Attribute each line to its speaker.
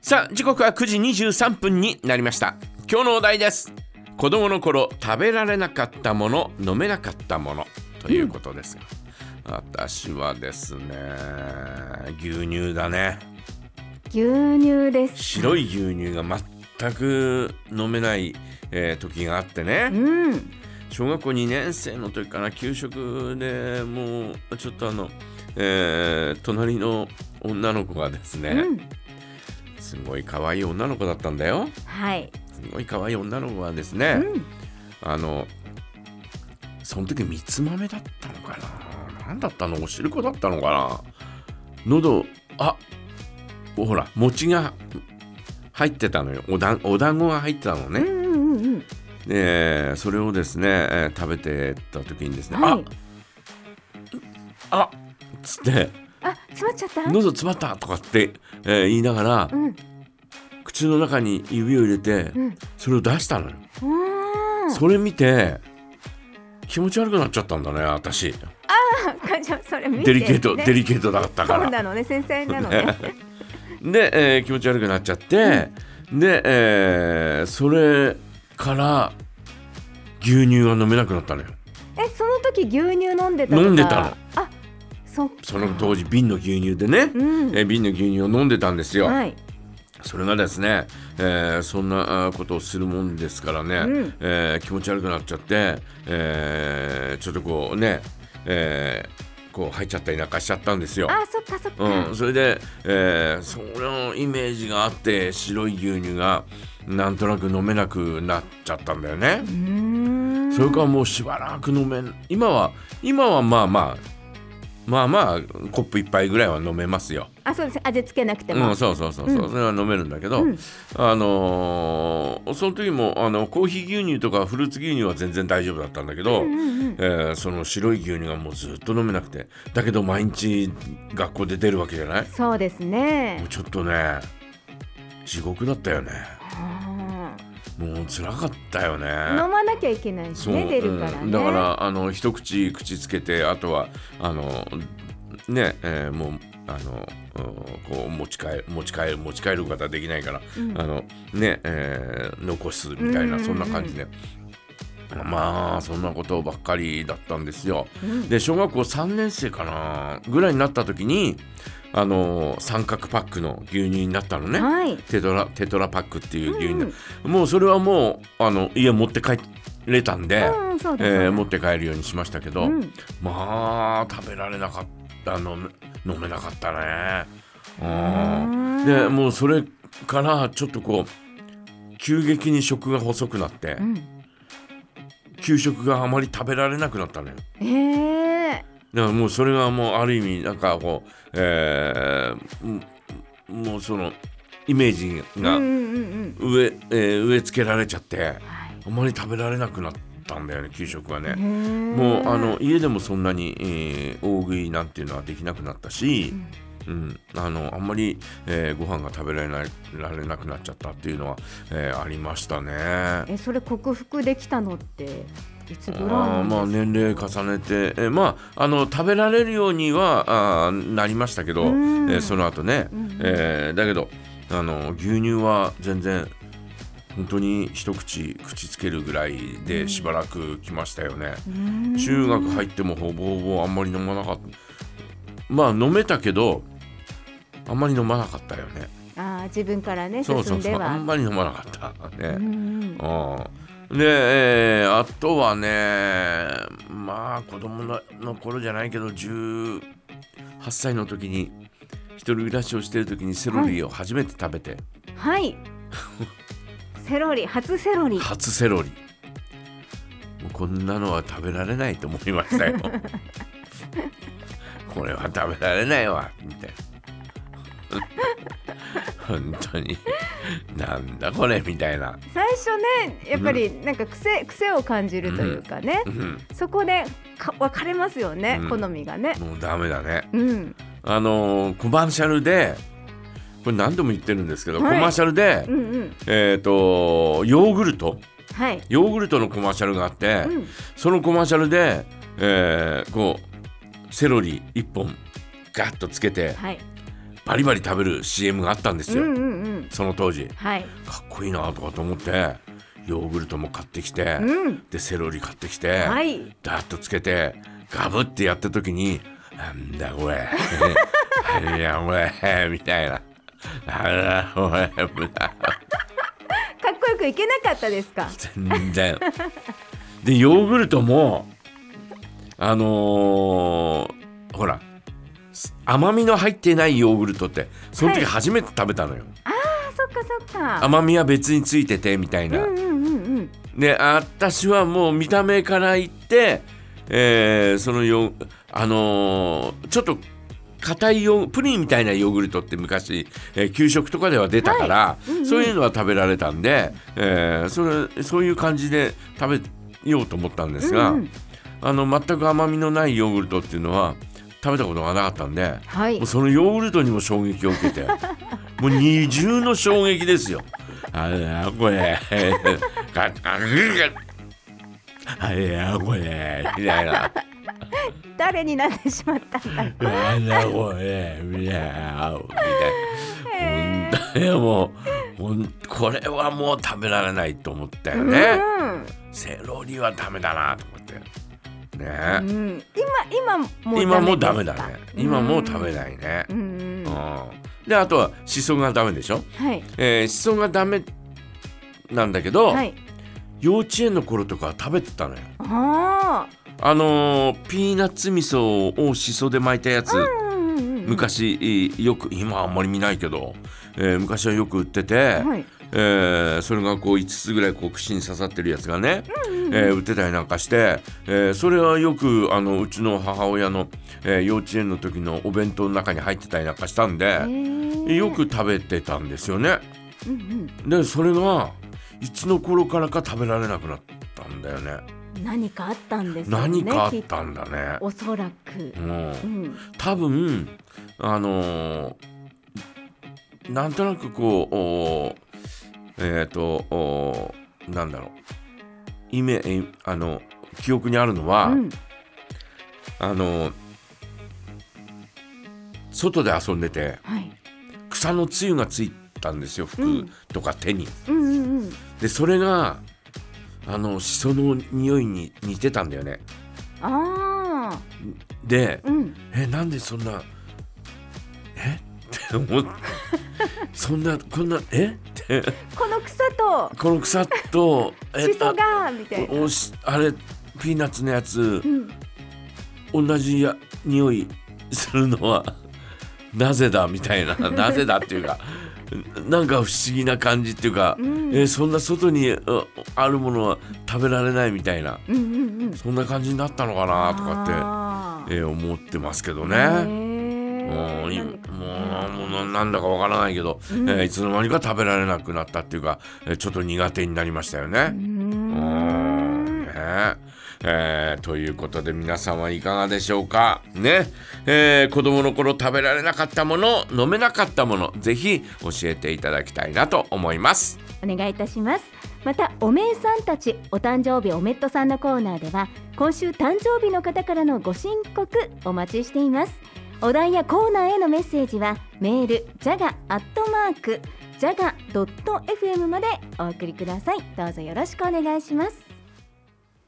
Speaker 1: さあ時刻は9時23分になりました今日のお題です子供の頃食べられなかったもの飲めなかったものということですが、私はですね牛乳だね
Speaker 2: 牛乳です。
Speaker 1: 白い牛乳が全く飲めない、えー時があってね、
Speaker 2: うん。
Speaker 1: 小学校2年生の時かな給食でもうちょっとあの、えー隣の女の子がですね、
Speaker 2: うん。
Speaker 1: すごい可愛い女の子だったんだよ
Speaker 2: はい。
Speaker 1: すごい可愛い女の子はですね、
Speaker 2: うん。
Speaker 1: あのその時三つ豆だったのかな何だったのおしるこだったのかな喉あほら餅が入ってたのよおだんお団子が入ってたのね、
Speaker 2: うんうんうんうん。
Speaker 1: でそれをですね、えー食べてた時にですね、
Speaker 2: はい。
Speaker 1: ああっつって
Speaker 2: あ、詰まっちゃった。
Speaker 1: 喉詰まったとかって、えー言いながら
Speaker 2: うん。うん。
Speaker 1: 口の中に指を入れて
Speaker 2: うん。
Speaker 1: それを出したのよ
Speaker 2: そ
Speaker 1: それ見て気持ち悪くなっちゃったんだね私
Speaker 2: じゃあそれ見て、
Speaker 1: デリケート
Speaker 2: ね
Speaker 1: デリケートだったか
Speaker 2: そう
Speaker 1: ら
Speaker 2: なのね、繊細なのね。
Speaker 1: で、えー気持ち悪くなっちゃって、で、えーそれから牛乳が飲めなくなったのよ
Speaker 2: え、その時牛乳飲んでたとか。
Speaker 1: 飲んでたの。
Speaker 2: あ、そっか。
Speaker 1: その当時瓶の牛乳でね、
Speaker 2: うん。
Speaker 1: えー瓶の牛乳を飲んでたんですよ、
Speaker 2: はい。
Speaker 1: それがですね、えーそんなあーことをするもんですからね、
Speaker 2: うん
Speaker 1: えー気持ち悪くなっちゃって、えーちょっとこうね、えーこう入っちゃったりなんかしちゃったんですよ。
Speaker 2: あ、そっかそっか。
Speaker 1: うん、それで、えーそのイメージがあって白い牛乳がなんとなく飲めなくなっちゃったんだよね。
Speaker 2: うーん。
Speaker 1: それからもうしばらく飲めん今は今はまあまあまあまあコップ一杯ぐらいは飲めますよ。
Speaker 2: あ、そうです。味つけなくて
Speaker 1: う
Speaker 2: も
Speaker 1: ん、。そうそうそうそう、
Speaker 2: うん
Speaker 1: それは飲めるんだけど、
Speaker 2: うん
Speaker 1: あのーその時もあのコーヒー牛乳とかフルーツ牛乳は全然大丈夫だったんだけど、
Speaker 2: うんうん
Speaker 1: えーその白い牛乳がもうずっと飲めなくてだけど毎日学校で出るわけじゃない
Speaker 2: そうです
Speaker 1: もう
Speaker 2: ね。
Speaker 1: ちょっとね地獄だったよね
Speaker 2: あ
Speaker 1: もう辛かったよね
Speaker 2: ー飲まなきゃいけないし
Speaker 1: そう
Speaker 2: ね、出るから
Speaker 1: うん
Speaker 2: ね。
Speaker 1: だからあの一口口つけてあとはあのね、えーもうあのうんこう持ち帰る持ち帰る持ち帰ることはできないから、
Speaker 2: うん
Speaker 1: あのね、えー残すみたいな、
Speaker 2: うん
Speaker 1: そんな感じで。まあそんなことばっかりだったんですよ。
Speaker 2: うん
Speaker 1: で小学校3年生かなぐらいになった時にあの三角パックの牛乳になったのね。
Speaker 2: はい。
Speaker 1: テトラテトラパックっていう牛乳、
Speaker 2: うん
Speaker 1: もうそれはもうあの家持って帰れたんで、
Speaker 2: うん、そうで
Speaker 1: え
Speaker 2: す。
Speaker 1: ー
Speaker 2: そうです
Speaker 1: 持って帰るようにしましたけど、
Speaker 2: うん
Speaker 1: まあ食べられなかった飲め飲めなかったね。うん
Speaker 2: あ
Speaker 1: で
Speaker 2: ー
Speaker 1: もうそれからちょっとこう急激に食が細くなって
Speaker 2: うん
Speaker 1: 給食があまり食べられなくなったのよ。
Speaker 2: へえ
Speaker 1: だからもうそれがもうある意味なんかこう、えーうんもうそのイメージが
Speaker 2: うんうんうんうん
Speaker 1: 植え,、えー植え付けられちゃって
Speaker 2: はい
Speaker 1: あまり食べられなくなったんだよね給食はね。
Speaker 2: へえ
Speaker 1: もうあの家でもそんなに、えー大食いなんていうのはできなくなったし、うんあのあんまり、えーご飯が食べられないられなくなっちゃったっていうのは、えーありましたね。
Speaker 2: えそれ克服できたのっていつ
Speaker 1: あ
Speaker 2: ぐらい
Speaker 1: ーまあ年齢重ねて、えーまあ、あの食べられるようにはあーなりましたけど、え
Speaker 2: うん
Speaker 1: ーその後ね、
Speaker 2: うんうん
Speaker 1: えーだけどあの牛乳は全然本当に一口口つけるぐらいでしばらく来ましたよね。
Speaker 2: うん
Speaker 1: 中学入ってもほぼほぼあんまり飲まなかったまあ飲めたけどあんまり飲まなかったよね
Speaker 2: あー自分からね進
Speaker 1: そうそ
Speaker 2: ん
Speaker 1: うそ
Speaker 2: で
Speaker 1: う
Speaker 2: は
Speaker 1: あんまり飲まなかった
Speaker 2: う
Speaker 1: ね、
Speaker 2: んうん
Speaker 1: うん、で、えーあとはねまあ子供のの頃じゃないけど18歳の時に一人暮らしをしてる時にセロリを初めて食べて、
Speaker 2: はいセロリ初セロリ
Speaker 1: 初セロリもうこんなのは食べられないと思いました よこれは食べられないわみたいな 本当になんだこれみたいな、
Speaker 2: 最初ねやっぱりなんか癖癖を感じるというかね
Speaker 1: うん、
Speaker 2: そこでか分かれますよね
Speaker 1: うん
Speaker 2: 好みがね
Speaker 1: もうダメだね
Speaker 2: うん
Speaker 1: あのーコマーシャルでこれ何度も言ってるんですけど、
Speaker 2: はい
Speaker 1: コマーシャルで、
Speaker 2: うんうん
Speaker 1: えっ、とヨーグルト
Speaker 2: はい
Speaker 1: ヨーグルトのコマーシャルがあって、
Speaker 2: うん
Speaker 1: そのコマーシャルで、えーこうセロリ1本ガッとつけて
Speaker 2: はい
Speaker 1: バリバリ食べる CM があったんです
Speaker 2: うん
Speaker 1: よ、
Speaker 2: うんうん
Speaker 1: その当時か
Speaker 2: はい
Speaker 1: っこいいなとかと思ってヨーグルトも買ってきて、
Speaker 2: うん
Speaker 1: でセロリ買ってきて、
Speaker 2: はい
Speaker 1: ダーッとつけてガブってやった時に「なんだこれ」いやこれみたいな「なんだこれ」みたいな
Speaker 2: かっこよくいけなかったですか
Speaker 1: 全然でヨーグルトもあのーほらす甘みの入ってないヨーグルトってその時
Speaker 2: はい
Speaker 1: 初めて食べたのよ、
Speaker 2: あそっかそっか
Speaker 1: 甘みは別についててみたいな、
Speaker 2: うんうんうんうん
Speaker 1: で私はもう見た目から言って、えーそのよあのーちょっと硬いヨープリンみたいなヨーグルトって昔、えー給食とかでは出たから、
Speaker 2: うんうん
Speaker 1: そういうのは食べられたんで、えーそれそういう感じで食べようと思ったんですが、
Speaker 2: うんうん
Speaker 1: あの全く甘みのないヨーグルトっていうのは食べたことがなかったんで
Speaker 2: はい
Speaker 1: もうそのヨーグルトにも衝撃を受け てもう二重の衝撃ですよ。あれやこれかあれあれやこれみたいな。
Speaker 2: 誰になってしまったんだろ
Speaker 1: なんだこれみたいな。み
Speaker 2: う
Speaker 1: たい
Speaker 2: へ
Speaker 1: な。本当にもうほんこれはもう食べられないと思ったよ
Speaker 2: ー
Speaker 1: ね。
Speaker 2: うん
Speaker 1: セロリはダメだなと思って。ね
Speaker 2: うん、今今もう
Speaker 1: 今もうダ
Speaker 2: ダ
Speaker 1: メ
Speaker 2: メで
Speaker 1: だ
Speaker 2: すか
Speaker 1: ね。今もう食べないね。
Speaker 2: うんうん
Speaker 1: う
Speaker 2: うん
Speaker 1: ん。であとはしそがダメでしょ。
Speaker 2: はい
Speaker 1: えー、しそがダメなんだけど、
Speaker 2: はい
Speaker 1: 幼稚園の頃とかは食べてたのよ
Speaker 2: あ
Speaker 1: あのーピーナッツ味噌をしそで巻いたやつ、
Speaker 2: あうんうんうん
Speaker 1: 昔いよく今はあんまり見ないけど、えー昔はよく売ってて、
Speaker 2: はい
Speaker 1: えーそれがこう5つぐらいこう串に刺さってるやつがね、えー売ってたりなんかして、えーそれはよくあのうちの母親の、えー幼稚園の時のお弁当の中に入ってたりなんかしたんで、
Speaker 2: へー
Speaker 1: よく食べてたんですよね。
Speaker 2: うんうん
Speaker 1: でそれがいつの頃からか食べられなくなったんだよね
Speaker 2: 何かあったんですよね
Speaker 1: 何かあっ
Speaker 2: きと
Speaker 1: たんだね
Speaker 2: おそらく
Speaker 1: もう
Speaker 2: うん
Speaker 1: 多分あのーなんとなくこうおーえっ、とおーなんだろうイメえあの記憶にあるのは、
Speaker 2: うん
Speaker 1: あのー外で遊んでて
Speaker 2: はい
Speaker 1: 草のつゆがついたんですよ
Speaker 2: うん
Speaker 1: 服とか手に、
Speaker 2: うんうんうん
Speaker 1: でそれがあのしその匂いに似てたんだよね
Speaker 2: あ
Speaker 1: で
Speaker 2: あうん
Speaker 1: えなんでそんなえ って思ってそんなこんなえって
Speaker 2: この草と
Speaker 1: この草とえ
Speaker 2: シソがみたいな
Speaker 1: おおしあれピーナッツのやつ
Speaker 2: うん
Speaker 1: 同じや匂いするのはなぜだみたい ななぜだっていうかなんか不思議な感じっていうか、
Speaker 2: うん
Speaker 1: えそんな外にああるものは食べられないみたいな
Speaker 2: うんうんうん
Speaker 1: そんな感じになったのかなとか
Speaker 2: あ
Speaker 1: っ
Speaker 2: ー
Speaker 1: て、えー思ってますけどね。
Speaker 2: ね
Speaker 1: もういもうな
Speaker 2: う
Speaker 1: もうななんだかわからないけど、
Speaker 2: うん
Speaker 1: えーいつの間にか食べられなくなったっていうか、えーちょっと苦手になりましたよ
Speaker 2: ー
Speaker 1: ね。うーん
Speaker 2: ん
Speaker 1: ねえーということで皆さんはいかがでしょうかね、えー子供の頃食べられなかったもの飲めなかったものぜひ教えていただきたいなと思います。
Speaker 2: お願いいたしますまたおめえさんたちお誕生日おめっとさんのコーナーでは今週誕生日の方からのご申告お待ちしていますお題やコーナーへのメッセージはメールジャガアットマークジャガ .fm までお送りくださいどうぞよろしくお願いします